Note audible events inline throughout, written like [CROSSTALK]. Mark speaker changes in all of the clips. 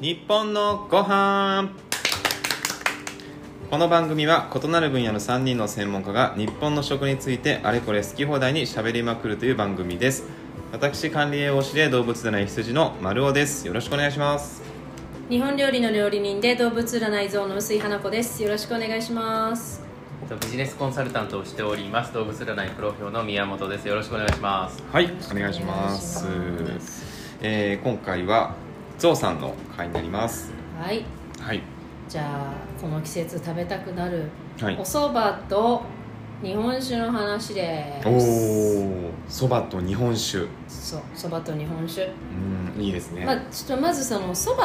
Speaker 1: 日本のご飯この番組は異なる分野の3人の専門家が日本の食についてあれこれ好き放題にしゃべりまくるという番組です私管理栄養士で動物占い羊の丸尾ですよろしくお願いします
Speaker 2: 日本料理の料理人で動物占い像の薄井花子ですよろしくお願いします
Speaker 3: えっとビジネスコンサルタントをしております動物占いプロフィオの宮本ですよろしくお願いします
Speaker 1: はいお願いします
Speaker 2: お願いしま
Speaker 1: えー今回はゾウさんの回になります
Speaker 2: はい
Speaker 1: はい
Speaker 2: じゃあこの季節食べたくなる
Speaker 1: はい
Speaker 2: お蕎麦と日本酒の話で
Speaker 1: お
Speaker 2: す
Speaker 1: おそばと日本酒
Speaker 2: そう蕎麦と日本酒、
Speaker 1: うんいいですね、
Speaker 2: まあちょっとまずその蕎麦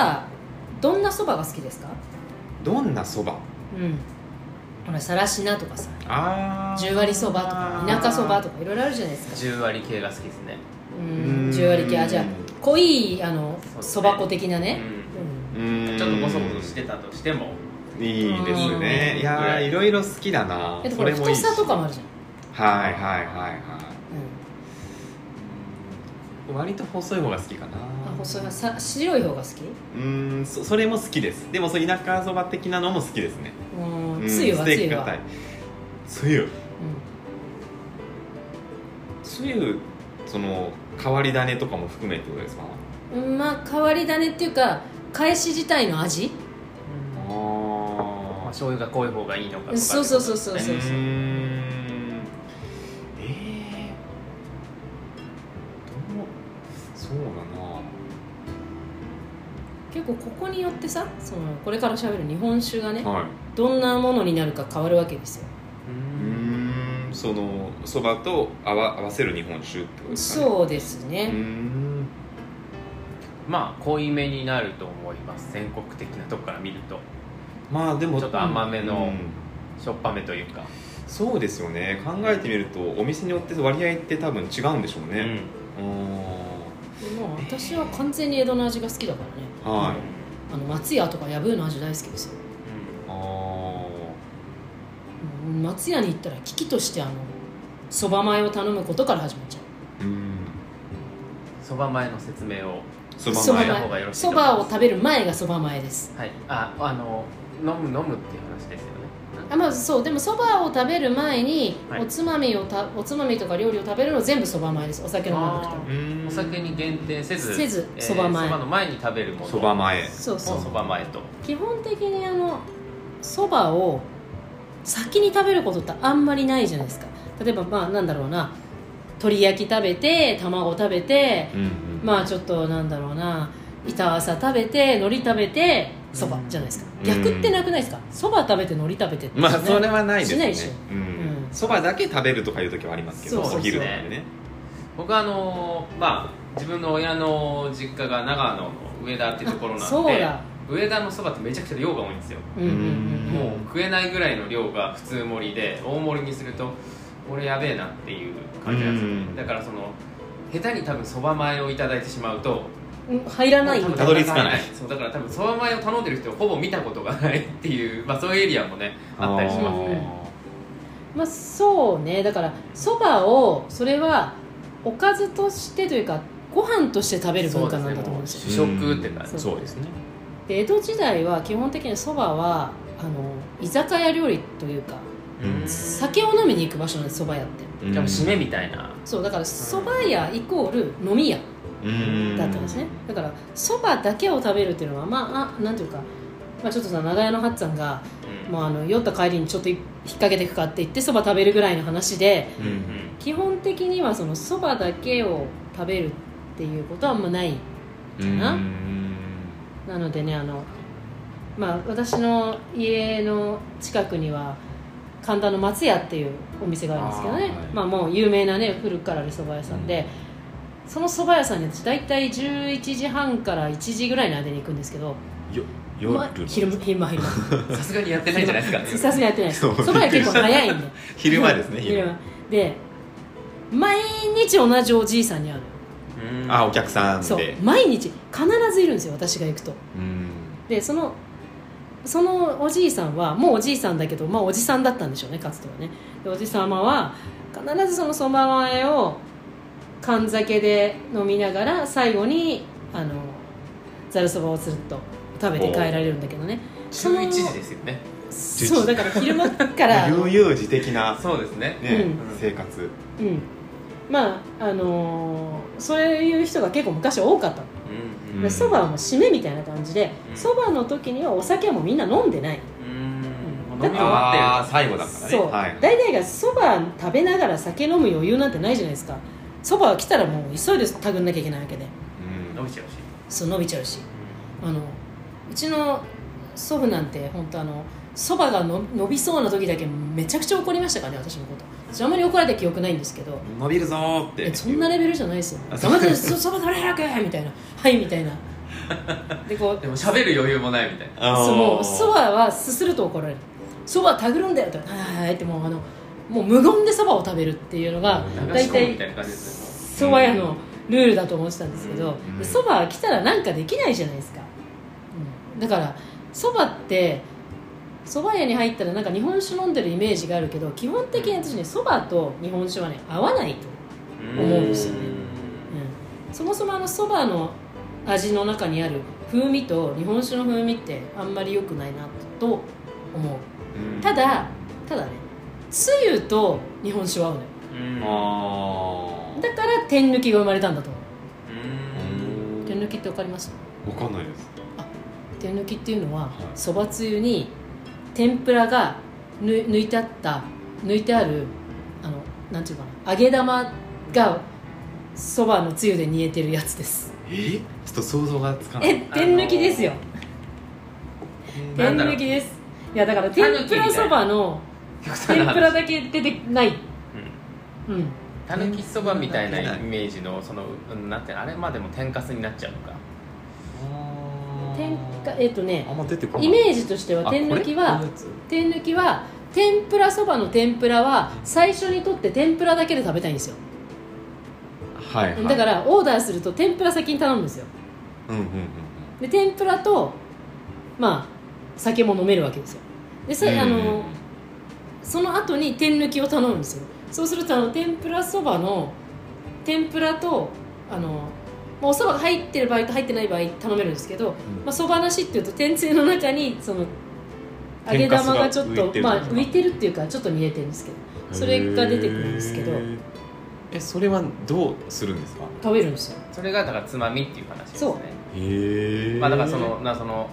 Speaker 2: どんな蕎麦が好きですか
Speaker 1: どんなそば
Speaker 2: うんほらさらしなとかさ
Speaker 1: あー
Speaker 2: 十割蕎麦とか田舎蕎麦とかいろいろあるじゃないですか
Speaker 3: 10割系が好きですね
Speaker 2: うん
Speaker 1: うん
Speaker 2: 10割系あじゃあ濃いあの
Speaker 3: そうです
Speaker 2: 蕎
Speaker 3: ね
Speaker 2: 麦粉的なね、うん
Speaker 1: うー
Speaker 3: う
Speaker 1: ん
Speaker 3: んちょっとごそごそしてたとしても
Speaker 1: いいです
Speaker 2: う
Speaker 1: ね
Speaker 3: ん
Speaker 1: いやーいろいろ好きだな
Speaker 2: えっと
Speaker 1: そ
Speaker 2: これ
Speaker 1: れもい
Speaker 2: 太
Speaker 1: いし
Speaker 2: さとかもあるじゃん、
Speaker 1: はいはいはいはい割と細い方が好きかな
Speaker 2: うん、あ細いはさ白い方が好き
Speaker 1: うーんそそれも好きですでもそう田舎そば的なのも好きですね
Speaker 2: うん
Speaker 1: うん
Speaker 2: つゆは
Speaker 1: ス
Speaker 2: つ
Speaker 1: テーキ
Speaker 2: ゆは
Speaker 1: 硬いつゆ
Speaker 2: う
Speaker 1: つゆその変わり種とかも含めってことですか
Speaker 2: んうんまあ変わり種っていうか返し自体の味
Speaker 1: あ
Speaker 3: ま
Speaker 1: あ
Speaker 3: あ醤油が濃い方がいいのかとか
Speaker 2: そうそうそうそうそう
Speaker 1: うー
Speaker 2: そうん
Speaker 1: ええー、どうそうだな
Speaker 2: 結構ここによってさそのこれから喋る日本酒がね
Speaker 1: はい
Speaker 2: どんなものになるか変わるわけですよ
Speaker 3: う
Speaker 1: うんーんそのそばと合わ合わせる日本酒ってことですかね
Speaker 2: そうです
Speaker 1: うー
Speaker 2: ね
Speaker 1: ん
Speaker 3: まあ濃いめになると思います全国的なとこから見ると
Speaker 1: まあでも
Speaker 3: ちょっと甘め
Speaker 1: う
Speaker 3: の
Speaker 1: ん
Speaker 3: しょっぱめというか、
Speaker 1: そうですよね考えてみるとお店によって割合って多分違うんでしょう
Speaker 3: う
Speaker 1: ね
Speaker 3: ん
Speaker 1: うーん
Speaker 2: でも私は完全に江戸の味が好きだからね
Speaker 1: はい
Speaker 2: あの松屋とか藪の味大好きですよ
Speaker 1: あー
Speaker 2: うん松屋に行ったら危機としてあのそば米を頼むことから始まっちゃ
Speaker 1: う
Speaker 2: う
Speaker 1: ん
Speaker 3: そば前の説明を
Speaker 1: そば
Speaker 2: そば
Speaker 1: 前
Speaker 3: の方がよろしいと
Speaker 2: そ
Speaker 3: 思います
Speaker 2: ばを食べる前がそば前です
Speaker 3: はいああの飲む飲むっていう話ですよね
Speaker 2: あまあそうでもそばを食べる前に、
Speaker 3: はい
Speaker 2: おつまみをたおつまみとか料理を食べるの全部そば前ですお酒飲まなくても
Speaker 3: あ
Speaker 1: うーん
Speaker 3: お酒に限定せず
Speaker 2: せず
Speaker 3: えー
Speaker 2: そば前
Speaker 3: そばの前に食べるもの
Speaker 1: そば前
Speaker 2: そうそう
Speaker 3: をそば前と
Speaker 2: 基本的にあのそばを先に食べることってあんまりないじゃないですか例えばまあなんだろうな鶏焼き食べて卵食べて
Speaker 1: うんうん
Speaker 2: まあちょっとなんだろうな板わさ食べて海苔食べてそばじゃないですか
Speaker 1: うん
Speaker 2: 逆ってなくないですかそば食べて海苔食べてって
Speaker 1: まあそれはないです
Speaker 2: しない
Speaker 1: ね
Speaker 2: でしょ
Speaker 1: うん
Speaker 2: うん
Speaker 1: そばだけ食べるとかいう時はありますけど
Speaker 2: そう
Speaker 1: お
Speaker 2: そうそう
Speaker 1: 昼とかでね
Speaker 3: 僕はあのーまあ自分の親の実家が長野の上田っていうところ
Speaker 2: あ
Speaker 3: な
Speaker 2: そ
Speaker 3: ん
Speaker 2: う
Speaker 3: で
Speaker 2: だ
Speaker 3: 上田のそばってめちゃくちゃ量が多いんですよ、
Speaker 2: うんうんうん
Speaker 3: もう食えないぐらいの量が普通盛りで大盛りにすると俺やべえなっていう感じなんですよ、
Speaker 1: うん
Speaker 3: だからその下手に多分そば前をいただいてしまうと
Speaker 2: うん入らない
Speaker 3: もう多分
Speaker 1: たどり着かない
Speaker 3: そうだから多分そば前を頼んでる人をほぼ見たことがないっていう、まあ、そういうエリアもねあったりしますね
Speaker 2: まあそうねだからそばをそれはおかずとしてというかご飯として食べる文化なんだと思うんですよ
Speaker 3: 主食って感じ
Speaker 1: うんそうですね
Speaker 2: で江戸時代は基本的にそばはあの居酒屋料理というか
Speaker 1: うん
Speaker 2: 酒を飲みに行く場所なんですそば屋って
Speaker 1: うん
Speaker 3: でも締めみたいな
Speaker 2: そうだからそば屋イコール飲み屋
Speaker 1: うん
Speaker 2: だったんですねだからそばだけを食べるっていうのはまああなんていうか、まあ、ちょっとさ長屋の八っつぁんが、
Speaker 3: うん
Speaker 2: まあ、あの酔った帰りにちょっと引っ掛けてくかって言ってそば食べるぐらいの話で
Speaker 1: う
Speaker 3: うん
Speaker 1: ん
Speaker 2: 基本的にはそのそばだけを食べるっていうことはあんまないな
Speaker 1: うん
Speaker 2: なのでねあの、まあ、私の家の近くには神田の松屋っていうお店があるんですけどね
Speaker 1: あーはい
Speaker 2: まあ、もう有名なね古くからあるそば屋さんで、そのそば屋さんに私大体11時半から1時ぐらいの間に行くんですけど
Speaker 1: よ夜
Speaker 2: まあ昼間昼間昼
Speaker 3: さすがにやってないんじゃないで
Speaker 2: 間 [LAUGHS]
Speaker 3: す
Speaker 2: さ
Speaker 3: か
Speaker 2: すがにやってないです
Speaker 1: そう
Speaker 2: そば屋結構早いんで
Speaker 1: [LAUGHS] 昼間ですね
Speaker 2: 昼
Speaker 1: 昼
Speaker 2: 間
Speaker 1: 間
Speaker 2: で毎日同じおじいさんに会うのよ
Speaker 3: うん
Speaker 1: あお客さん
Speaker 2: そう
Speaker 1: で
Speaker 2: 毎日必ずいるんですよ私が行くと
Speaker 1: うん
Speaker 2: でそのそのおじいさんはもうおじいさんだけど、まあ、おじさんだったんでしょうねかつてはねでおじさまは必ずそのそば前を缶酒で飲みながら最後にあのざるそばをすると食べて帰られるんだけどねその
Speaker 3: 11時ですよね
Speaker 2: そうだから昼間
Speaker 1: [LAUGHS]
Speaker 2: から
Speaker 1: 悠々自適な、
Speaker 3: そうですね
Speaker 1: ね
Speaker 2: うん
Speaker 1: 生活
Speaker 2: うん、まああのーそういう人が結構昔多かったの
Speaker 3: うん
Speaker 1: う
Speaker 2: で
Speaker 1: ん
Speaker 2: そば、はもう締めみたいな感じで
Speaker 3: うん
Speaker 2: そば、の時にはお酒はもうみんな飲んでない
Speaker 3: うんもう
Speaker 2: だ
Speaker 3: 飲
Speaker 2: って
Speaker 3: み終わ
Speaker 1: あー
Speaker 3: ってる
Speaker 1: 最後だからね
Speaker 2: そう、
Speaker 1: はい
Speaker 2: 大体がそば食べながら酒飲む余裕なんてないじゃないですかそば来たらもう急いで食べなきゃいけないわけで
Speaker 1: うん
Speaker 3: 伸びちゃうし
Speaker 2: そう伸びちゃうしあのうちの祖父なんて本当あのそばがの伸びそうな時だけめちゃくちゃ怒りましたからね私のこと私あんまり怒られた記憶ないんですけど
Speaker 1: 伸びるぞーっ
Speaker 2: え
Speaker 1: て
Speaker 2: そんなレベルじゃないですよ
Speaker 1: あそう
Speaker 2: 黙ってそそば食べれるかみたいなはいみたいなでこう
Speaker 3: でも喋る余裕もないみたいな
Speaker 1: あー
Speaker 2: そのそばはすすると怒られるそばたぐるんだよとはいはいってもうあのもう無言でそばを食べるっていうのが
Speaker 3: 流
Speaker 2: 大
Speaker 3: し込む
Speaker 2: 体
Speaker 3: みたいな感じですね
Speaker 2: そば屋のルールだと思ってたんですけど
Speaker 1: うん
Speaker 2: でそば、来たらなんかできないじゃないですか、うん、だからそばってそば屋に入ったらなんか日本酒飲んでるイメージがあるけど基本的に私ねそばと日本酒はね合わないと、思うんですよねうん、そもそもあのそばの味の中にある風味と日本酒の風味ってあんまり良くないなと思う
Speaker 1: うん
Speaker 2: ただただねつゆと日本酒は合うのよ
Speaker 3: うん
Speaker 1: あー
Speaker 2: だから天抜きが生まれたんだと思う
Speaker 3: うん
Speaker 2: 天抜きって分かります
Speaker 1: わかんないです
Speaker 2: 手抜きっていうのはいそばつゆに天ぷらがぬ抜いてあった抜いてあるあのなんていうかな揚げ玉がそばのつゆで煮えてるやつです
Speaker 1: えちょっと想像がつかな
Speaker 2: え
Speaker 1: い
Speaker 2: 天抜きですよ
Speaker 1: え
Speaker 2: 天
Speaker 3: なんだろ
Speaker 2: 抜
Speaker 3: う
Speaker 2: きですいやだから天ぷらそばの
Speaker 3: 極端
Speaker 2: 天
Speaker 3: な話
Speaker 2: ぷらだけ出てない
Speaker 3: うん
Speaker 2: うん
Speaker 3: たぬきそばみたいなイメージのそのうんなんてあれまでも天かすになっちゃうのか
Speaker 2: 天かえっとね
Speaker 1: あんま出てこない
Speaker 2: イメージとしては
Speaker 1: あ
Speaker 2: 天抜きは
Speaker 1: これこのやつ
Speaker 2: 天抜きは天ぷらそばの天ぷらは最初に取って天ぷらだけで食べたいんですよ
Speaker 1: はい、はい、
Speaker 2: だからオーダーすると天ぷら先に頼むんですよ
Speaker 1: うんうんうん
Speaker 2: で天ぷらとまあ酒も飲めるわけですよでさ、
Speaker 1: うん
Speaker 2: あのその後に天抜きを頼むんですよそうするとあの天ぷらそばの天ぷらとあのまあおそばが入ってる場合と入ってない場合頼めるんですけど
Speaker 1: うん
Speaker 2: まあそば、なしっていうと天つゆの中にその揚げ
Speaker 1: 天かす
Speaker 2: 玉
Speaker 1: が
Speaker 2: がちょっと
Speaker 1: 浮いてる
Speaker 2: まあ、浮いてるっていうかちょっと見えてるんですけどそれが出てくるんですけど
Speaker 1: へーえそれはどうするんですか
Speaker 2: 食べるんですよ
Speaker 3: それがだからつまみっていう話です
Speaker 2: そ
Speaker 3: ね
Speaker 2: う
Speaker 1: へえ
Speaker 3: まあだからそのなその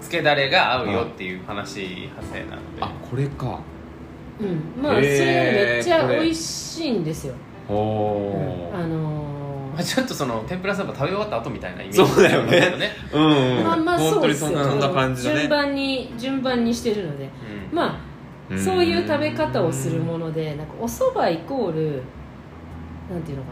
Speaker 3: つけだれが合うよっていう話派生なので
Speaker 1: あこれか
Speaker 2: うんまあそれ
Speaker 1: へー
Speaker 2: めっちゃ
Speaker 1: これ
Speaker 2: 美味しいんですよ、
Speaker 1: お
Speaker 2: うん
Speaker 1: お
Speaker 2: あのー
Speaker 3: まあちょっとその天ぷらそば食べ終わった後みたいなイメージ
Speaker 1: そうだよね
Speaker 3: ですね
Speaker 1: うんうん
Speaker 2: まあまあ
Speaker 1: 本
Speaker 2: そ
Speaker 1: 当
Speaker 2: う
Speaker 1: に
Speaker 2: です
Speaker 1: そ
Speaker 2: よ
Speaker 1: んなそんな感じだね
Speaker 2: 順番に順番にしてるので
Speaker 3: うん
Speaker 2: まあそういう食べ方をするものでなんかお蕎麦イコールなんていうのか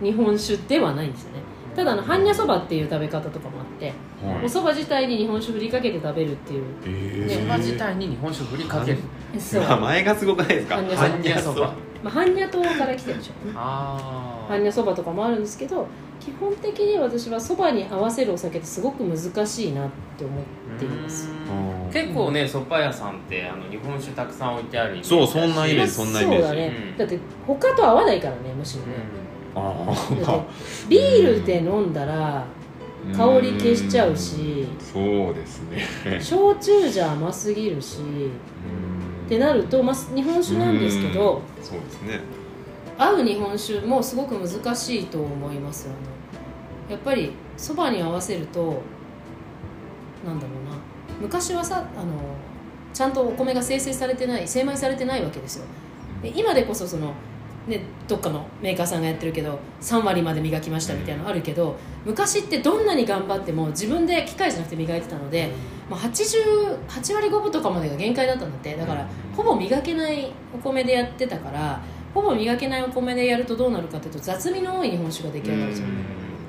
Speaker 2: な日本酒ではないんですよねただあの般若そばっていう食べ方とかもあって
Speaker 1: の
Speaker 2: お蕎麦自体に日本酒振りかけて食べるっていう
Speaker 1: え
Speaker 2: ね
Speaker 1: え
Speaker 3: そば自
Speaker 1: [LAUGHS]
Speaker 3: 体に日本酒を振りかける
Speaker 2: そう、
Speaker 1: 名前がすごくないですか
Speaker 2: 般
Speaker 3: 若そば
Speaker 2: まあ、般若島から来てるでしょ
Speaker 3: ああ
Speaker 2: 般若そばとかもあるんですけど基本的に私はそばに合わせるお酒ってすごく難しいなって思っています
Speaker 1: うん
Speaker 3: 結構ねそば屋さんってあの日本酒たくさん置いてあるイメージ
Speaker 1: そう
Speaker 3: だし
Speaker 1: そんなイメージそんなイメージ
Speaker 2: そうだね、
Speaker 3: うん
Speaker 2: だって他と合わないからねむしろね、
Speaker 1: あ
Speaker 2: だって
Speaker 1: あ
Speaker 2: ビールで飲んだら [LAUGHS] 香り消しちゃうし
Speaker 1: そうですね
Speaker 2: 焼酎じゃ甘すぎるしってなると、まあ、日本酒なんですけど
Speaker 1: うんそうですね
Speaker 2: 合う日本酒もすごく難しいと思いますよねやっぱりそばに合わせるとなんだろうな昔はさあのちゃんとお米が精製されてない精米されてないわけですよで今でこそその、ね、どっかのメーカーさんがやってるけど3割まで磨きましたみたいなのあるけど昔ってどんなに頑張っても自分で機械じゃなくて磨いてたので、まあ、80 8割5分とかまでが限界だったんだってだからほぼ磨けないお米でやってたからほぼ磨けないお米でやるとどうなるかっていうと雑味の多い日本酒が出来上がるじゃん、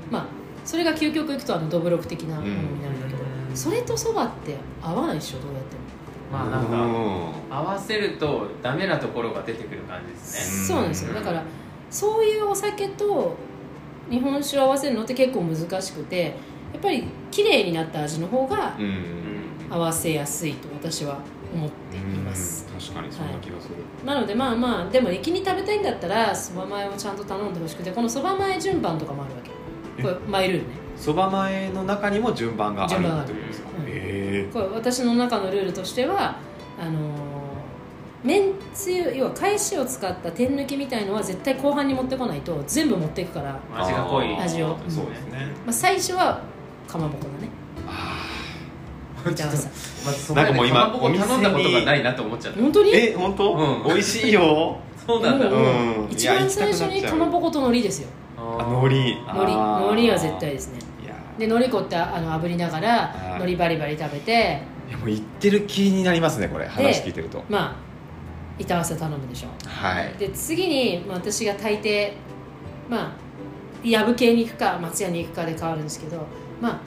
Speaker 2: まあ、それが究極いくとあのどぶろく的なものになるんだけど、
Speaker 3: うん
Speaker 2: それとそばって合わないでしょどうやっても。
Speaker 3: まあなんか、
Speaker 1: うん
Speaker 3: 合わせるとダメなところが出てくる感じですね
Speaker 2: そうなんですよだからそういうお酒と日本酒を合わせるのって結構難しくてやっぱり綺麗になった味の方が
Speaker 1: うん
Speaker 2: 合わせやすいと私は思っています、
Speaker 1: うん確かにそんな気がする
Speaker 2: なのでまあまあでも駅に食べたいんだったらそば前をちゃんと頼んでほしくてこのそば前順番とかもあるわけこれマイルールね
Speaker 1: そば前の中にも順番がある
Speaker 2: 順番があ
Speaker 1: って
Speaker 2: る
Speaker 1: ことですか
Speaker 2: うん
Speaker 1: へ
Speaker 2: これ私の中のルールとしてはあのーめんつゆ要は返しを使った天抜きみたいのは絶対後半に持ってこないと全部持っていくから、ま
Speaker 3: 味が濃い
Speaker 1: あー
Speaker 2: 味を
Speaker 1: えそうですね
Speaker 2: あ、最初はかまぼこだね
Speaker 3: うん [LAUGHS]
Speaker 2: じゃあさ
Speaker 3: まずそこま
Speaker 1: なん
Speaker 3: で
Speaker 1: かもう今
Speaker 3: かまぼこ頼んだことがないなと思っちゃった
Speaker 2: 本当に
Speaker 1: え本当、
Speaker 3: う
Speaker 1: 美
Speaker 3: ん
Speaker 1: 味しいよ
Speaker 3: [LAUGHS] そうなんだ
Speaker 2: も
Speaker 1: うん
Speaker 2: 一番最初にかまぼこと海苔ですよ
Speaker 3: あ
Speaker 1: あ
Speaker 3: ー
Speaker 1: 海苔
Speaker 2: 海苔
Speaker 1: あー
Speaker 2: 海苔は絶対ですね
Speaker 1: いや
Speaker 2: で海苔粉ってあの炙りながら
Speaker 1: ー
Speaker 2: 海苔バリバリ食べて
Speaker 1: いやもう言ってる気になりますねこれ話聞いてると
Speaker 2: まあ板わせ頼むでしょ
Speaker 1: はい
Speaker 2: で次に、まあ、私が大抵まあ藪系に行くか松屋に行くかで変わるんですけどまあ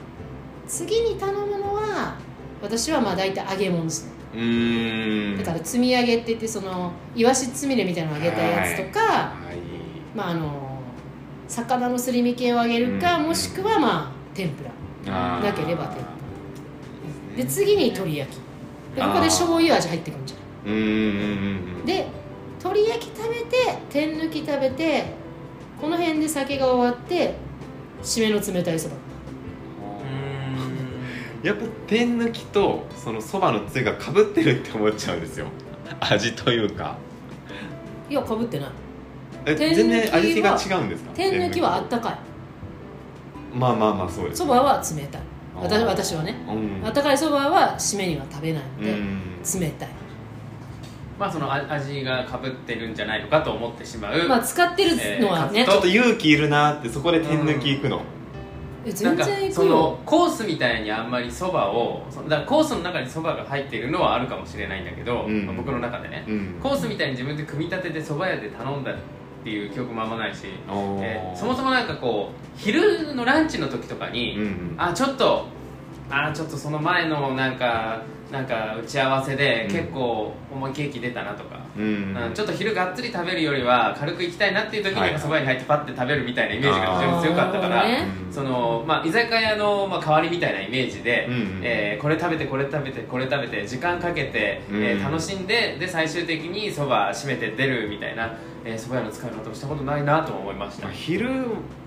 Speaker 2: 次に頼むのは私はまあ大体揚げ物ですね
Speaker 1: うーん
Speaker 2: だから積み揚げって言ってそのイワシつみれみたいなのを揚げたやつとか、
Speaker 1: はい
Speaker 2: まああの魚のすり身系を揚げるか、
Speaker 1: うん
Speaker 2: もしくはまあ天ぷら
Speaker 1: あー
Speaker 2: なければというで
Speaker 1: ね
Speaker 2: 次に鶏焼きでここで醤油味入ってくるんじゃな
Speaker 1: うーんうんうん
Speaker 2: いで鶏焼き食べて天抜き食べてこの辺で酒が終わって締めの冷たいそば
Speaker 3: うー
Speaker 1: やっぱ天抜きとそのそばのつゆがかぶってるって思っちゃうんですよ味というか
Speaker 2: いやかぶってない
Speaker 1: え
Speaker 2: 天抜き
Speaker 1: 全然
Speaker 2: は
Speaker 1: 味が違うんですか
Speaker 2: 天抜きはあったか
Speaker 1: まあまあまあそうで
Speaker 2: い
Speaker 1: す
Speaker 2: そばは冷たい
Speaker 1: あ
Speaker 2: 私
Speaker 1: ー
Speaker 2: 私はね
Speaker 1: うん
Speaker 2: あったかいそばは締めには食べないの
Speaker 1: う
Speaker 2: で
Speaker 1: ん
Speaker 2: 冷たい
Speaker 3: んまあそのあ味がかぶってるんじゃないのかと思ってしまう
Speaker 2: まあ使ってるのはね
Speaker 3: えー
Speaker 1: ちょっと勇気いるなってそこで天抜き行くの
Speaker 2: え
Speaker 3: なん
Speaker 2: 全
Speaker 3: か
Speaker 2: 然い
Speaker 3: そ
Speaker 2: くよ
Speaker 3: のコースみたいにあんまりそばをそのだからコースの中にそばが入ってるのはあるかもしれないんだけど、
Speaker 1: うん
Speaker 3: まあ僕の中でね、
Speaker 1: うん
Speaker 3: コースみたいに自分で組み立ててそば屋で頼んだっていう記憶もあんまないし、
Speaker 1: おー
Speaker 3: えーそもそもなんかこう昼のランチの時とかに、
Speaker 1: うん
Speaker 3: あちょっとあちょっとその前のなんかなんか打ち合わせで
Speaker 1: うん
Speaker 3: 結構思いケーキ出たなとか、
Speaker 1: うん
Speaker 3: うんちょっと昼がっつり食べるよりは軽く行きたいなっていう時
Speaker 1: はい
Speaker 3: にそば屋に入ってパッて食べるみたいなイメージが非常に強かったか
Speaker 2: あーなるほど
Speaker 3: ら
Speaker 2: ね。
Speaker 1: うん
Speaker 3: そのまあ、居酒屋の、まあ、代わりみたいなイメージで、
Speaker 1: うんうん
Speaker 3: えーこれ食べてこれ食べてこれ食べて時間かけて、えー
Speaker 1: うん
Speaker 3: 楽しんでで最終的にそば締めて出るみたいなえーそば、屋の使い方をしたことないなとも思いました、
Speaker 1: まあ昼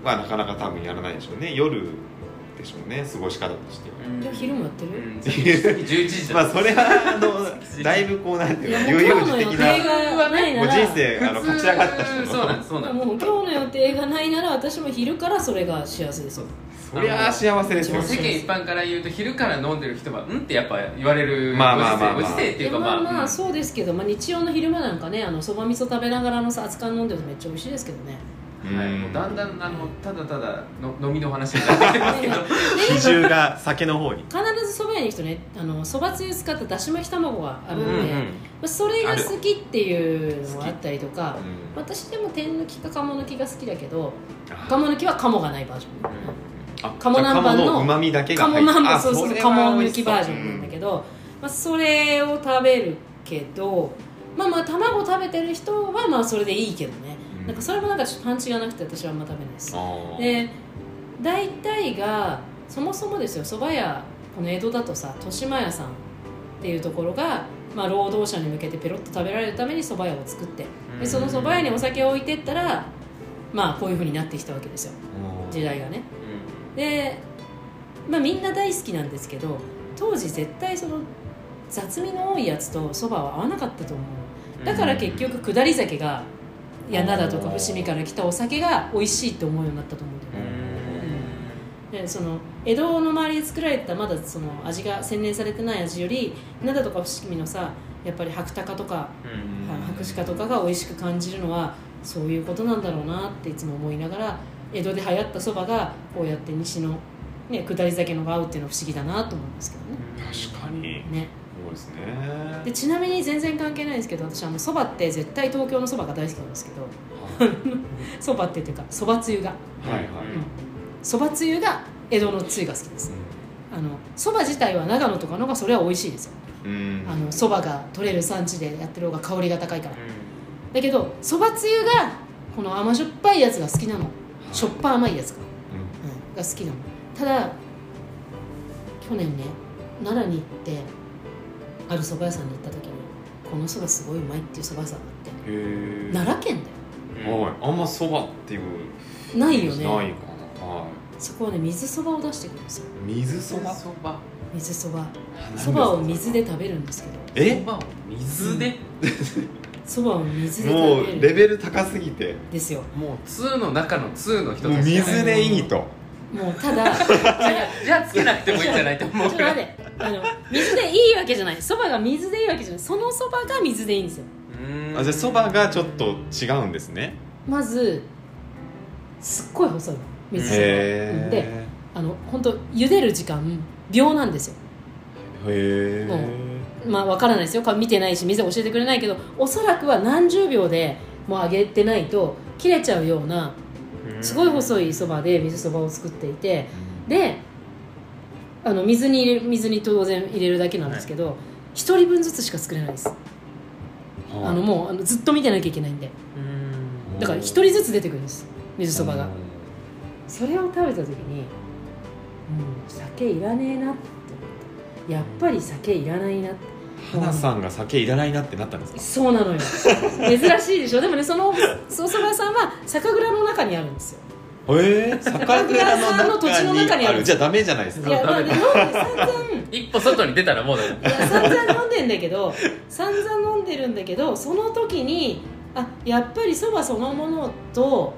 Speaker 1: はなかなか多分やらないでしょうね夜でしょうね過ごし方としては
Speaker 3: うん
Speaker 2: じゃあ昼もやって
Speaker 3: う
Speaker 2: る、
Speaker 3: ん11時
Speaker 1: ま
Speaker 3: だ
Speaker 1: あそれはあのだいぶこうなんて
Speaker 2: い
Speaker 1: い
Speaker 2: や
Speaker 1: う
Speaker 2: も
Speaker 1: の
Speaker 2: う
Speaker 1: 悠
Speaker 2: 今
Speaker 1: 々
Speaker 2: 日
Speaker 1: 自
Speaker 2: の予
Speaker 1: 適な
Speaker 2: 定がないな
Speaker 1: もう
Speaker 2: ら
Speaker 1: 人生あの勝ち上がった人
Speaker 3: そうなん
Speaker 1: の
Speaker 3: ですそうなんで
Speaker 2: もう今日の予定がないなら私も昼からそれが幸せですよ
Speaker 1: そりゃあ幸せですよ
Speaker 3: す世間一般から言うと昼から飲んでる人はうんってやっぱ言われる
Speaker 1: まあまあまあまあ
Speaker 3: ご時世ご時世って
Speaker 2: で
Speaker 3: いうか
Speaker 2: まあま
Speaker 3: う
Speaker 2: あ
Speaker 3: ん
Speaker 2: そうですけど、まあ、日曜の昼間なんかねあのそば味噌食べながらのさ熱燗飲んでるとめっちゃ美味しいですけどね
Speaker 3: はい、もうだんだんあのただただの飲みの話になってきてますけど
Speaker 1: 比重が酒の方に
Speaker 2: 必ずそば屋に行くとねあのそばつゆ使っただし巻き卵があるので、
Speaker 3: うんう
Speaker 2: ま
Speaker 3: ん
Speaker 2: あ、それが好きっていうのがあったりとか
Speaker 1: うん
Speaker 2: 私でも天抜きか鴨抜きが好きだけど
Speaker 1: あ
Speaker 2: 鴨抜きは鴨がないバージョン
Speaker 1: あ
Speaker 2: 鴨南蛮の
Speaker 1: うまみだけが
Speaker 2: 鴨
Speaker 1: 入って
Speaker 2: 南蛮
Speaker 1: あ
Speaker 2: そうそう
Speaker 1: れは
Speaker 2: 鴨
Speaker 1: 美
Speaker 2: 抜
Speaker 1: 味
Speaker 2: き
Speaker 1: しそう
Speaker 2: バージョンなんだけど、まあ、それを食べるけどまあまあ卵食べてる人はまあそれでいいけどね、
Speaker 1: うん
Speaker 2: なんかそれもなんかちょっとパンチがなくて私はあんま食べないです
Speaker 1: あー
Speaker 2: で大体がそもそもですよ蕎麦屋この江戸だとさ豊島屋さんっていうところが、まあ、労働者に向けてペロッと食べられるために蕎麦屋を作ってでその蕎麦屋にお酒を置いてったらまあこういうふうになってきたわけですよ
Speaker 1: うん
Speaker 2: 時代がねで、まあ、みんな大好きなんですけど当時絶対その雑味の多いやつとそばは合わなかったと思うだから結局下り酒がやなだとか伏見から来たお酒が美味しいって思うようになったと思うんだよ
Speaker 3: う
Speaker 2: ね、
Speaker 3: ん
Speaker 2: でその江戸の周りで作られたまだその味が洗練されてない味より灘とか伏見のさやっぱり白鷹とか
Speaker 3: うん
Speaker 2: あの白鹿とかが美味しく感じるのはそういうことなんだろうなっていつも思いながら江戸で流行ったそばがこうやって西の、ね、下り酒のが合うっていうのは不思議だなと思うんですけど
Speaker 1: 確かに
Speaker 2: ねね
Speaker 1: そうですね
Speaker 2: でちなみに全然関係ないんですけど私あのそばって絶対東京のそばが大好きなんですけどそばってっていうかそばつゆが
Speaker 1: はいはいはい
Speaker 2: そばつゆが江戸のつゆが好きですあのそば自体は長野とかのがそれは美味しいですよ
Speaker 1: うん
Speaker 2: あのそばが取れる産地でやってる方が香りが高いからだけどそばつゆがこの甘じょっぱいやつが好きなのしょっぱ甘いやつが,、
Speaker 1: うん
Speaker 2: うん、が好きなのただ去年ね奈良に行ってある蕎麦屋さんに行った時にこのそばすごいうまいっていう蕎麦屋さんがあって
Speaker 1: へー
Speaker 2: 奈良県だよ
Speaker 3: うん
Speaker 1: はい、あんまそばっていう
Speaker 2: ないよ
Speaker 1: ない
Speaker 2: ね
Speaker 1: かな、は
Speaker 2: そこはね水そばを出してくるんですよ
Speaker 1: 水そば
Speaker 3: そば
Speaker 2: 水そば
Speaker 1: 何
Speaker 2: そばを水で食べるんですけど
Speaker 3: そ
Speaker 1: え
Speaker 3: ばを水で、
Speaker 2: そばを水で
Speaker 1: も
Speaker 2: 食
Speaker 1: う
Speaker 2: べ
Speaker 1: レベ
Speaker 2: るん
Speaker 1: ル高すぎて
Speaker 2: ですよ
Speaker 3: もう通の中の通の人
Speaker 1: もう
Speaker 3: たち
Speaker 1: 水でいいと
Speaker 2: もうた [LAUGHS] だちょっと
Speaker 3: じゃあじゃあつけなくてもいいんじゃないと思う
Speaker 2: 待ってあの水でいいわけじゃないそばが水でいいわけじゃないそのそばが水でいいんですよ
Speaker 1: あじゃあそばがちょっと違うんですね
Speaker 2: まずすっごい細いの水そばうんで
Speaker 1: へ
Speaker 2: あの本当茹でる時間秒なんですよ
Speaker 1: えへえ
Speaker 2: まあわからないですよか見てないし店教えてくれないけどおそらくは何十秒でもう揚げてないと切れちゃうようなすごい細いそばで水そばを作っていてであの水に入れ水に当然入れるだけなんですけど、一1人分ずつしか作れないです、あのもうあのずっと見てなきゃいけないんでだから1人ずつ出てくるんです水そばが、それを食べた時にうん酒いらねえなって思ったやっぱり酒いらないなって
Speaker 1: 花さんが酒いらないなってなったんですか
Speaker 2: そうなの [LAUGHS] よ珍しいでしょでもねそのおそば屋さんは酒蔵の中にあるんですよ
Speaker 1: へえ酒蔵の
Speaker 2: 酒蔵さんの土地の中
Speaker 1: 中
Speaker 2: に
Speaker 1: に
Speaker 2: あ
Speaker 1: あ
Speaker 2: る
Speaker 1: るじゃあダメじゃないです
Speaker 2: い
Speaker 1: か
Speaker 2: や
Speaker 3: ダ
Speaker 2: まあ
Speaker 3: メ
Speaker 2: ね
Speaker 3: だ
Speaker 2: 飲んで散々
Speaker 3: 一歩外に出たらもうだよ
Speaker 2: いや散々飲んでんだけど散々飲んでるんだけどその時にあやっぱりそばそのものと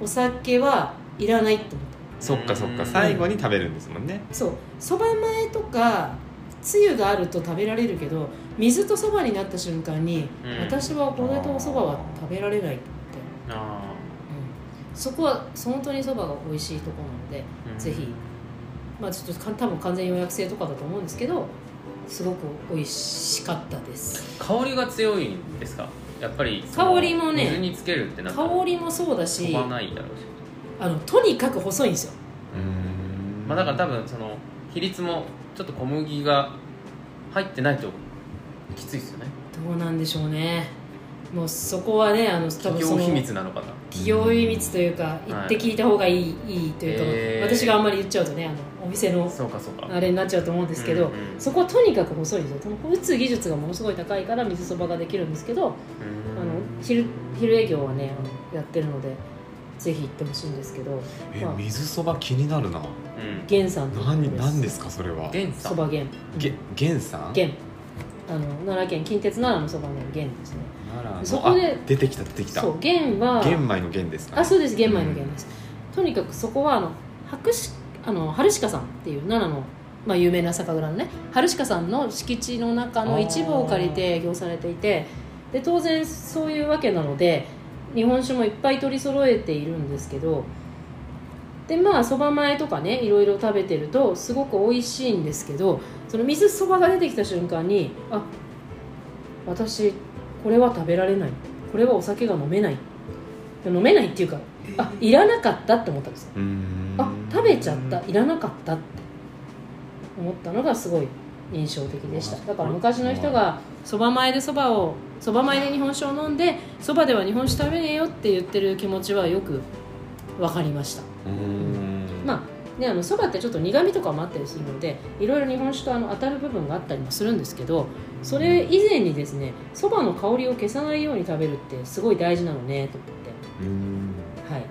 Speaker 2: お酒はいらないって思っ
Speaker 1: そっかそっ
Speaker 3: う
Speaker 1: か
Speaker 3: ん
Speaker 1: 最後に食べるんですもんね
Speaker 2: たそうそば前とかつゆがあると食べられるけど水とそばになった瞬間に、
Speaker 3: うん
Speaker 2: 私はこれとおそばは食べられないって
Speaker 3: あ
Speaker 2: 思って、うん、そこは本当にそばが美味しいとこなので、
Speaker 3: ー
Speaker 2: ぜひまあちょっとか多分完全予約制とかだと思うんですけどすごく美味しかったです
Speaker 3: 香りが強いんですかやっぱりその
Speaker 2: 香りもね
Speaker 3: 水につけるってなんか
Speaker 2: 香りもそうだ
Speaker 3: 飛
Speaker 2: し
Speaker 3: ばないだろうし、
Speaker 2: あのとにかく細いんですよ
Speaker 1: うん
Speaker 3: まあ、だから多分その比率もちょっと小麦が入ってないときついですよね
Speaker 2: どうなんでしょうねもうそこはねあの多
Speaker 3: 企
Speaker 2: 分そ
Speaker 3: 業
Speaker 2: の
Speaker 3: 秘密なのかな
Speaker 2: 企業秘密というか言って聞いた方がいい,、い、いというか、
Speaker 3: へー
Speaker 2: 私があんまり言っちゃうとねあのお店の
Speaker 3: そうかそうか
Speaker 2: あれになっちゃうと思うんですけど、
Speaker 3: うんうん
Speaker 2: そこはとにかく細いんですよ打つ技術がものすごい高いから水そばができるんですけどあの昼昼営業はねあのやってるのでぜひ行ってほしいんですけど
Speaker 1: え
Speaker 2: まあ
Speaker 1: 水そば気になるな
Speaker 3: うん
Speaker 2: 源さんというところ
Speaker 1: 何何ですかそれは
Speaker 3: ゲンさ
Speaker 2: そ
Speaker 3: ん
Speaker 2: ば源
Speaker 1: げ源さん
Speaker 2: 源あの奈良県近鉄奈良のそばの源ですね
Speaker 1: 奈良の
Speaker 2: そこで
Speaker 1: あ出てきた出てきた
Speaker 2: そう
Speaker 1: 玄
Speaker 2: 玄は
Speaker 1: 米の玄ですか
Speaker 2: あそうです玄米の玄です、とにかくそこはあの白しあの春鹿さんっていう奈良の、まあ、有名な酒蔵のね春鹿さんの敷地の中の一部を借りて営業されていてで当然そういうわけなので日本酒もいっぱい取り揃えているんですけどでまあそば前とかねいろいろ食べてるとすごく美味しいんですけどその水そばが出てきた瞬間にあ私これは食べられないこれはお酒が飲めない飲めないっていうかあいらなかったって思ったんですよ
Speaker 1: うーん
Speaker 2: あ食べちゃったいらなかったって思ったのがすごい印象的でしただから昔の人がそば前でそばをそば前で日本酒を飲んでそばでは日本酒食べねえよって言ってる気持ちはよく分かりました
Speaker 1: うーん
Speaker 2: まあねあのそばってちょっと苦味とかもあったりするのでいろいろ日本酒とあの当たる部分があったりもするんですけどそれ以前にですねそばの香りを消さないように食べるってすごい大事なのねと思って
Speaker 1: うーん
Speaker 2: はい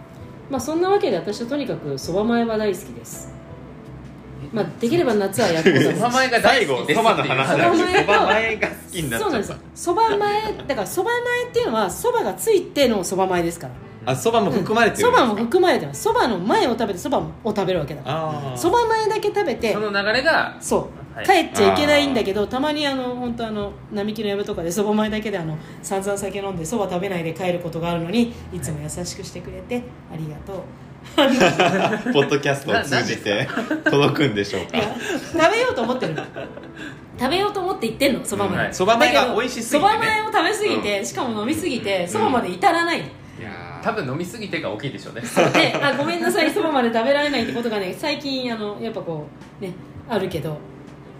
Speaker 2: まあ、そんなわけで私はとにかくそば前は大好きです、まあ、できれば夏は
Speaker 1: [LAUGHS]
Speaker 2: やって
Speaker 3: お名前が大
Speaker 1: 最
Speaker 3: 好き
Speaker 1: 後
Speaker 3: です
Speaker 1: そばの話だ
Speaker 2: そば前
Speaker 1: そ
Speaker 2: と
Speaker 1: ば前が好きになっちゃ
Speaker 2: そ
Speaker 1: っ
Speaker 2: うなん
Speaker 1: た
Speaker 2: ですそば前だからそば前っていうのはそばがついてのそば前ですから
Speaker 1: あそばも含まれてる
Speaker 2: そ
Speaker 1: んです
Speaker 2: ば
Speaker 1: か
Speaker 2: も含まれてますそばの前を食べてそばを食べるわけだから
Speaker 1: あー
Speaker 2: そば前だけ食べて
Speaker 3: その流れが
Speaker 2: そ
Speaker 3: は
Speaker 2: う
Speaker 3: い
Speaker 2: 帰っちゃいけないんだけどたまにあの本当あの並木の藪とかでそば前だけであの散々酒飲んでそば食べないで帰ることがあるのにいつも優しくしてくれてありがとう
Speaker 1: ポッドキャストを通じて届くんでしょう
Speaker 2: いや
Speaker 1: か
Speaker 2: [LAUGHS] 食べようと思ってるの食べようと思って行ってんのそばま
Speaker 3: は
Speaker 2: で
Speaker 3: い
Speaker 1: そば前が美味しす
Speaker 2: そ
Speaker 1: ぎて
Speaker 2: ば
Speaker 1: ね
Speaker 2: 前を食べ過ぎて、しかも飲み過ぎてそばまで至らない、
Speaker 1: いや
Speaker 3: 多
Speaker 1: ー
Speaker 3: 分飲みすぎてが大きいでしょうね
Speaker 2: であごめんなさいそばまで食べられないってことがね最近あのやっぱこうねあるけど、ま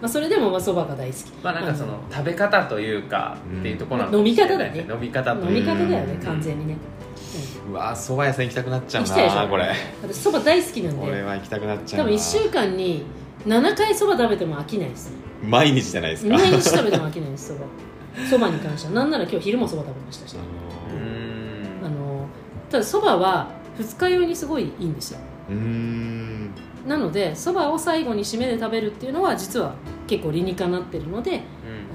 Speaker 2: あ、それでもまあそばが大好き
Speaker 3: まあなんかその食べ方というか
Speaker 1: うん
Speaker 3: っていうところな
Speaker 2: 飲
Speaker 3: の
Speaker 2: み
Speaker 3: かも
Speaker 2: 方
Speaker 3: し
Speaker 2: だ
Speaker 3: れない
Speaker 2: ね
Speaker 3: ですね飲み方と
Speaker 2: 飲
Speaker 3: い
Speaker 2: み
Speaker 3: う
Speaker 2: 方だよね
Speaker 3: うん
Speaker 2: 完全にね、
Speaker 1: うわーそば屋さん行きたくなっちゃう
Speaker 2: 行きたいでし
Speaker 1: な
Speaker 2: ょ
Speaker 1: これ
Speaker 2: うん私そば大好きなん
Speaker 1: これ
Speaker 2: で
Speaker 1: は行きたくなっちゃ
Speaker 2: 多
Speaker 1: う
Speaker 2: 分
Speaker 1: な
Speaker 2: 1週間に7回そば食べても飽きないですね
Speaker 1: 毎日じゃないですか
Speaker 2: 毎日食べても飽きないですそばそばに関してはなんなら今日昼もそば食べましたし
Speaker 3: う
Speaker 2: あ
Speaker 3: ん
Speaker 2: のただそばは二日酔いにすごいいいんですよ
Speaker 1: うーん
Speaker 2: なのでそばを最後に締めで食べるっていうのは実は結構理にかなってるので
Speaker 3: うんうん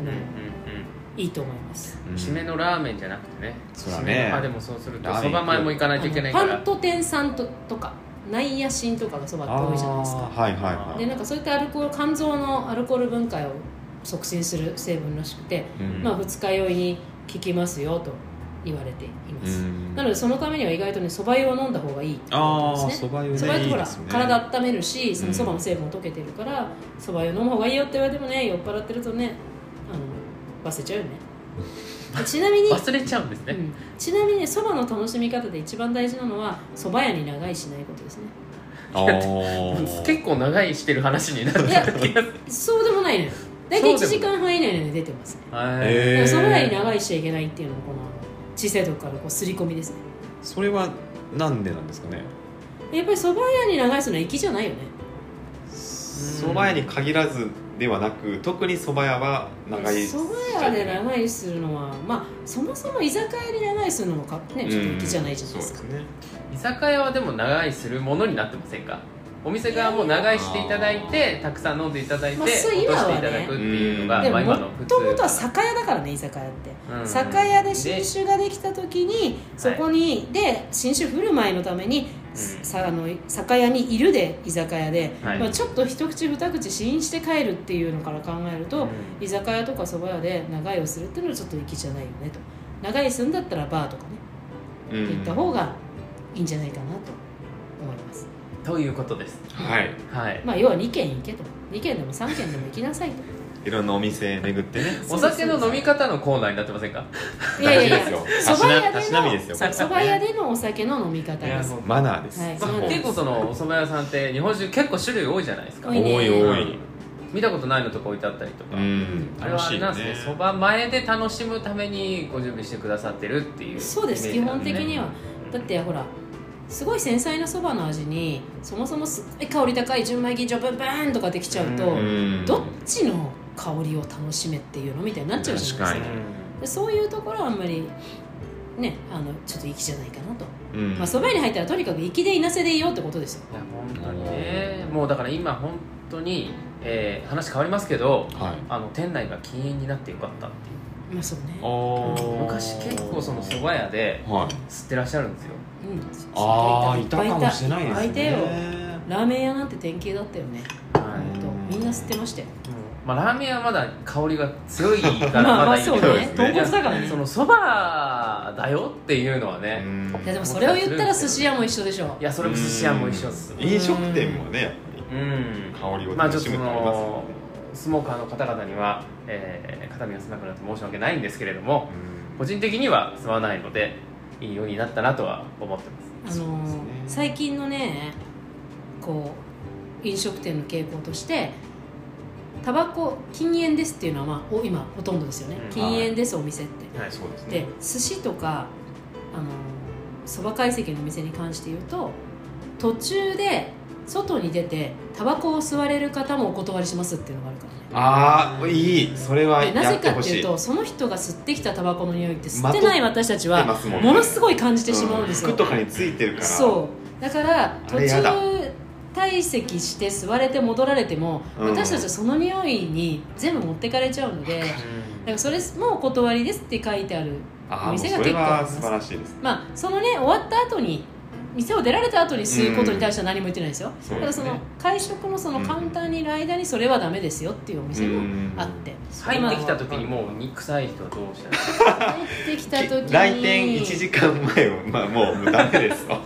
Speaker 3: うん
Speaker 2: いいと思います
Speaker 1: うん
Speaker 3: 締めのラーメンじゃなくてね
Speaker 1: そうだね
Speaker 3: 締めのあでもそうすると
Speaker 1: ラーメ
Speaker 3: そ
Speaker 1: ン
Speaker 3: ば前も行かないといけないか
Speaker 2: あの
Speaker 3: ら
Speaker 2: パント店さんととか内野心とかのそばって多いじゃないですか
Speaker 1: あーはいはいは
Speaker 3: ー
Speaker 1: い
Speaker 2: でなんかそういったアルコール肝臓のアルコール分解を促進する成分らしくて、
Speaker 1: うん
Speaker 2: まあ、二日酔いに効きますよと言われています、
Speaker 1: うん
Speaker 2: なのでそのためには意外とねそば湯を飲んだ方がいいって
Speaker 1: あ
Speaker 2: こと
Speaker 1: あ
Speaker 2: ですね
Speaker 1: そば湯ね
Speaker 2: そば湯って
Speaker 1: いい
Speaker 2: ほ
Speaker 1: で
Speaker 2: ら
Speaker 1: すね
Speaker 2: 体温めるしそのそばの成分も溶けてるからそば湯飲む方がいいよって言われてもね酔っ払ってるとねあの忘れちゃうよねちなみに
Speaker 3: 忘れちゃうんです
Speaker 2: う
Speaker 3: ね
Speaker 2: んちなみにそばの楽しみ方で一番大事なのはそば屋に長いしないことですね
Speaker 1: あー
Speaker 3: 結構長いしてる話になる
Speaker 2: いやそうでもないのよ大体1
Speaker 3: そうで
Speaker 2: 時
Speaker 3: も
Speaker 2: 間半以内に出てますね
Speaker 1: へ
Speaker 2: だ
Speaker 1: ー
Speaker 2: からそば屋に長いしちゃいけないっていうのもこの小さい時からこう刷り込みですね
Speaker 1: それはなんでなんですかね
Speaker 2: やっぱりそば屋に長いすのは粋じゃないよね
Speaker 1: そば屋に限らずではなく特にそば屋は長い
Speaker 2: そば屋で長居するのはまあそもそも居酒屋で長居するのもかねちょっと粋じゃないじゃないですか、
Speaker 1: うんそうですね
Speaker 3: 居酒屋はでも長居するものになってませんかお店側も長居していただいてたくさん飲んでいただいて、
Speaker 2: まあ
Speaker 3: 落
Speaker 2: そ
Speaker 3: と
Speaker 2: う
Speaker 3: してい
Speaker 2: 今はね
Speaker 3: ただくっていうのが、
Speaker 2: で
Speaker 3: ま
Speaker 2: もも
Speaker 3: あ、今の普通
Speaker 2: ともとは酒屋だからね居酒屋って
Speaker 3: うん
Speaker 2: 酒屋で新酒ができた時にそこに、で新酒振る舞いのために、
Speaker 3: うん
Speaker 2: さあの酒屋にいるで居酒屋で、
Speaker 3: はい
Speaker 2: まあ、ちょっと一口二口試飲して帰るっていうのから考えると、
Speaker 3: うん
Speaker 2: 居酒屋とか蕎麦屋で長居をするっていうのはちょっと粋じゃないよねと長居するんだったらバーとかね、
Speaker 1: うん
Speaker 2: って言った方がいいんじゃないかなと思います
Speaker 3: ということです
Speaker 1: はい
Speaker 3: はい
Speaker 2: まあ要は2軒行けと2軒でも3軒でも行きなさいと
Speaker 1: いろんなお店巡ってね
Speaker 3: お酒の飲み方のコーナーになってませんか
Speaker 2: いやいやい
Speaker 1: 大事
Speaker 2: や
Speaker 1: です
Speaker 2: 蕎
Speaker 1: よ
Speaker 2: 麦屋
Speaker 1: たしなみです
Speaker 2: での
Speaker 1: よ
Speaker 2: そう蕎麦屋でのお酒の飲み方
Speaker 3: いや
Speaker 2: で
Speaker 3: そ
Speaker 2: す
Speaker 3: う
Speaker 1: マナーです、
Speaker 2: はい
Speaker 3: まあ
Speaker 2: そうなんです
Speaker 3: 結構そのお蕎麦屋さんって日本中結構種類多いじゃないですか
Speaker 2: 多いね
Speaker 1: 多い多い
Speaker 3: 見たことないのとか置いてあったりとか、
Speaker 1: うん
Speaker 3: あれはあれなんですねそば、前で楽しむためにご準備してくださってるっていう
Speaker 2: そうです
Speaker 3: イ
Speaker 2: 基
Speaker 3: メージなん
Speaker 2: 本的にはだってほらすごい繊細なそばの味にそもそもすっごい香り高い純米吟醸ブンブーンとかできちゃうと、
Speaker 3: うん
Speaker 2: どっちの香りを楽しめっていうのみたいになっちゃうじゃない
Speaker 1: 確
Speaker 2: です
Speaker 1: か
Speaker 2: か
Speaker 1: に
Speaker 2: でそういうところはあんまりねあのちょっと粋じゃないかなと、
Speaker 1: うん
Speaker 2: まあそば屋に入ったらとにかく粋でいなせでいようってことですよ
Speaker 3: いや本当にねもうだから今本当に、えー話変わりますけど
Speaker 1: はい
Speaker 3: あの店内が禁煙になってよかったっていう
Speaker 2: まあそうね
Speaker 1: あ
Speaker 3: 昔結構その蕎麦屋で
Speaker 1: はい
Speaker 3: 吸ってらっしゃるんですよ
Speaker 2: うん
Speaker 1: ああ
Speaker 2: い
Speaker 1: い
Speaker 2: った
Speaker 1: かもしれないですね
Speaker 2: いっぱいいたよラーメン屋なんて典型だったよね
Speaker 3: はい
Speaker 2: ほんと
Speaker 1: うん
Speaker 2: みんな吸ってましたよ
Speaker 3: まあ、ラーメンはまだ香りが強いから
Speaker 2: まあまあ
Speaker 3: だいいけど
Speaker 1: そうね
Speaker 3: いや
Speaker 2: 豚骨だからね
Speaker 3: そのそばだよっていうのはね、
Speaker 1: うん
Speaker 2: いやでもそれを言ったら寿司屋も一緒でしょ
Speaker 3: いやそれも寿司屋も一緒っす
Speaker 1: 飲食店もねやっ
Speaker 3: う
Speaker 1: ぱ
Speaker 3: ん
Speaker 1: り香りを
Speaker 3: まあ
Speaker 1: 楽
Speaker 3: ちょっと
Speaker 1: し
Speaker 3: そ
Speaker 1: むってあります
Speaker 3: の
Speaker 1: も
Speaker 3: スモーカーの方々には、えー肩身が狭くなって申し訳ないんですけれども
Speaker 1: ん
Speaker 3: 個人的には吸わないのでいいようになったなとは思ってます
Speaker 2: あの
Speaker 1: そう
Speaker 2: ー
Speaker 1: ですね
Speaker 2: 最近のねこう飲食店の傾向としてタバコ禁煙ですっていうのは、まあ、お今ほとんどですよね
Speaker 3: うん
Speaker 2: 禁煙ですお店って
Speaker 3: はい
Speaker 1: そうです
Speaker 2: で
Speaker 1: ね
Speaker 2: 寿司とかあのそば懐石のお店に関して言うと途中で外に出てタバコを吸われる方もお断りしますっていうのがあるからね
Speaker 1: ああいいそれは
Speaker 2: でな
Speaker 1: や
Speaker 2: ぜ
Speaker 1: って
Speaker 2: か
Speaker 1: ほ
Speaker 2: って
Speaker 1: し
Speaker 2: いう
Speaker 1: い
Speaker 2: とその人が吸ってきたタバコの匂いって吸ってない私たち
Speaker 1: 出
Speaker 2: は
Speaker 1: ますもんね
Speaker 2: ものすごい感じてしまうんですよ、
Speaker 1: 服とかについてるから
Speaker 2: そうだから
Speaker 1: あ
Speaker 2: 途
Speaker 1: れやだ
Speaker 2: 中退席して吸われて戻られても、
Speaker 1: うん
Speaker 2: 私たちはその匂いに全部持ってかれちゃうのでだからそれもお断りですって書いてある
Speaker 1: ああもう
Speaker 2: 店
Speaker 1: そ
Speaker 2: が結
Speaker 1: れ
Speaker 2: 構あり
Speaker 1: は
Speaker 2: ます
Speaker 1: 素晴らしいです
Speaker 2: まあそのね終わった後に店を出られた後に吸うことに対しては何も言ってないですよ、
Speaker 1: ん
Speaker 2: ただからそ
Speaker 1: そうです
Speaker 2: の
Speaker 1: ね
Speaker 2: 会食のそのカウンターにいる間にそれはダメですよっていうお店もあって
Speaker 3: 入ってきた時にもう肉臭い人はどうしたらいいですか
Speaker 2: 入ってきた時に
Speaker 1: 来店1時間前はまあもうダメです
Speaker 2: [LAUGHS]
Speaker 1: よ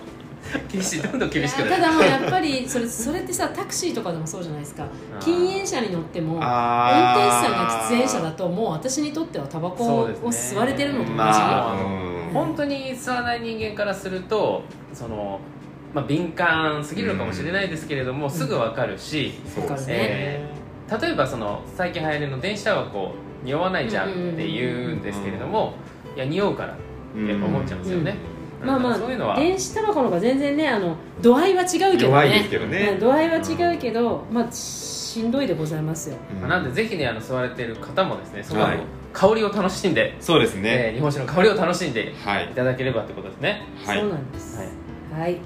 Speaker 3: 厳しいどんどん厳しく
Speaker 2: い
Speaker 3: な
Speaker 2: や
Speaker 3: る
Speaker 2: ただもうやっぱりそれそれってさタクシーとかでもそうじゃないですか禁煙車に乗っても運転手
Speaker 1: あ
Speaker 2: さんが喫
Speaker 1: ー
Speaker 2: 煙者だともう私にとってはタバコを
Speaker 3: そうです
Speaker 2: 吸
Speaker 3: ね
Speaker 2: われてるのと同じ、
Speaker 1: まあうん
Speaker 3: 本当に吸わない人間からするとその、まあ、敏感すぎるのかもしれないですけれども、すぐ分かるし
Speaker 1: そうですね
Speaker 3: え例えばその最近流行りの電子タバコ匂わないじゃんって言うんですけれども、いや匂うからやっぱ思っちゃうんですよね、
Speaker 2: うんまあまあ
Speaker 3: そういうのは
Speaker 2: 電子タバコの方が全然ねあの度合いは違うけどね
Speaker 1: 弱いですけど
Speaker 2: うん
Speaker 1: ね
Speaker 2: 度合いは違うけど、まあしんどいでございますよ
Speaker 1: うん
Speaker 3: なんでぜひねあの吸われてる方もですねその
Speaker 1: はい
Speaker 3: 香りを楽しんで、
Speaker 1: そうです
Speaker 3: え
Speaker 1: ね
Speaker 3: ー日本酒の香りを楽しんで
Speaker 1: はいい
Speaker 3: ただければってことですね
Speaker 1: は
Speaker 2: そう
Speaker 1: い
Speaker 2: なんです
Speaker 3: はい
Speaker 2: はい、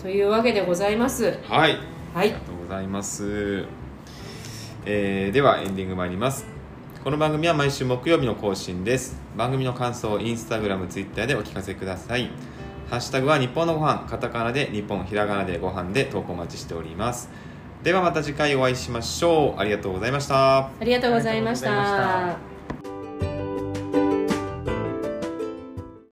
Speaker 2: というわけでございます
Speaker 1: はい
Speaker 2: は
Speaker 1: あり
Speaker 2: い
Speaker 1: がとうございます、えーではエンディング参りますこの番組は毎週木曜日の更新です番組の感想をインスタグラムツイッターでお聞かせくださいハッシュタグは日本のご飯カタカナで日本ひらがなでご飯で投稿お待ちしておりますではまた次回お会いしましょうありがとうございました
Speaker 2: ありがとうございまし
Speaker 3: ありがとうございま
Speaker 2: た
Speaker 3: し